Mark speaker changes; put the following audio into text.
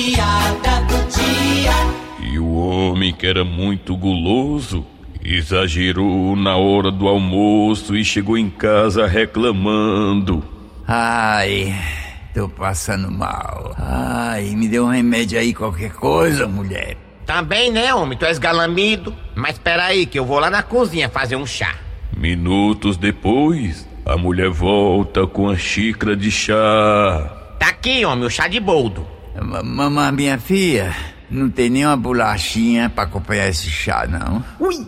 Speaker 1: piada do dia.
Speaker 2: E o homem que era muito guloso exagerou na hora do almoço e chegou em casa reclamando.
Speaker 3: Ai, tô passando mal. Ai, me dê um remédio aí, qualquer coisa, mulher.
Speaker 4: Também, né, homem? Tu és galamido. Mas peraí, que eu vou lá na cozinha fazer um chá.
Speaker 2: Minutos depois, a mulher volta com a xícara de chá.
Speaker 4: Tá aqui, homem, o chá de boldo.
Speaker 3: Ma- Mamãe, minha filha, não tem nenhuma bolachinha pra acompanhar esse chá, não.
Speaker 4: Ui!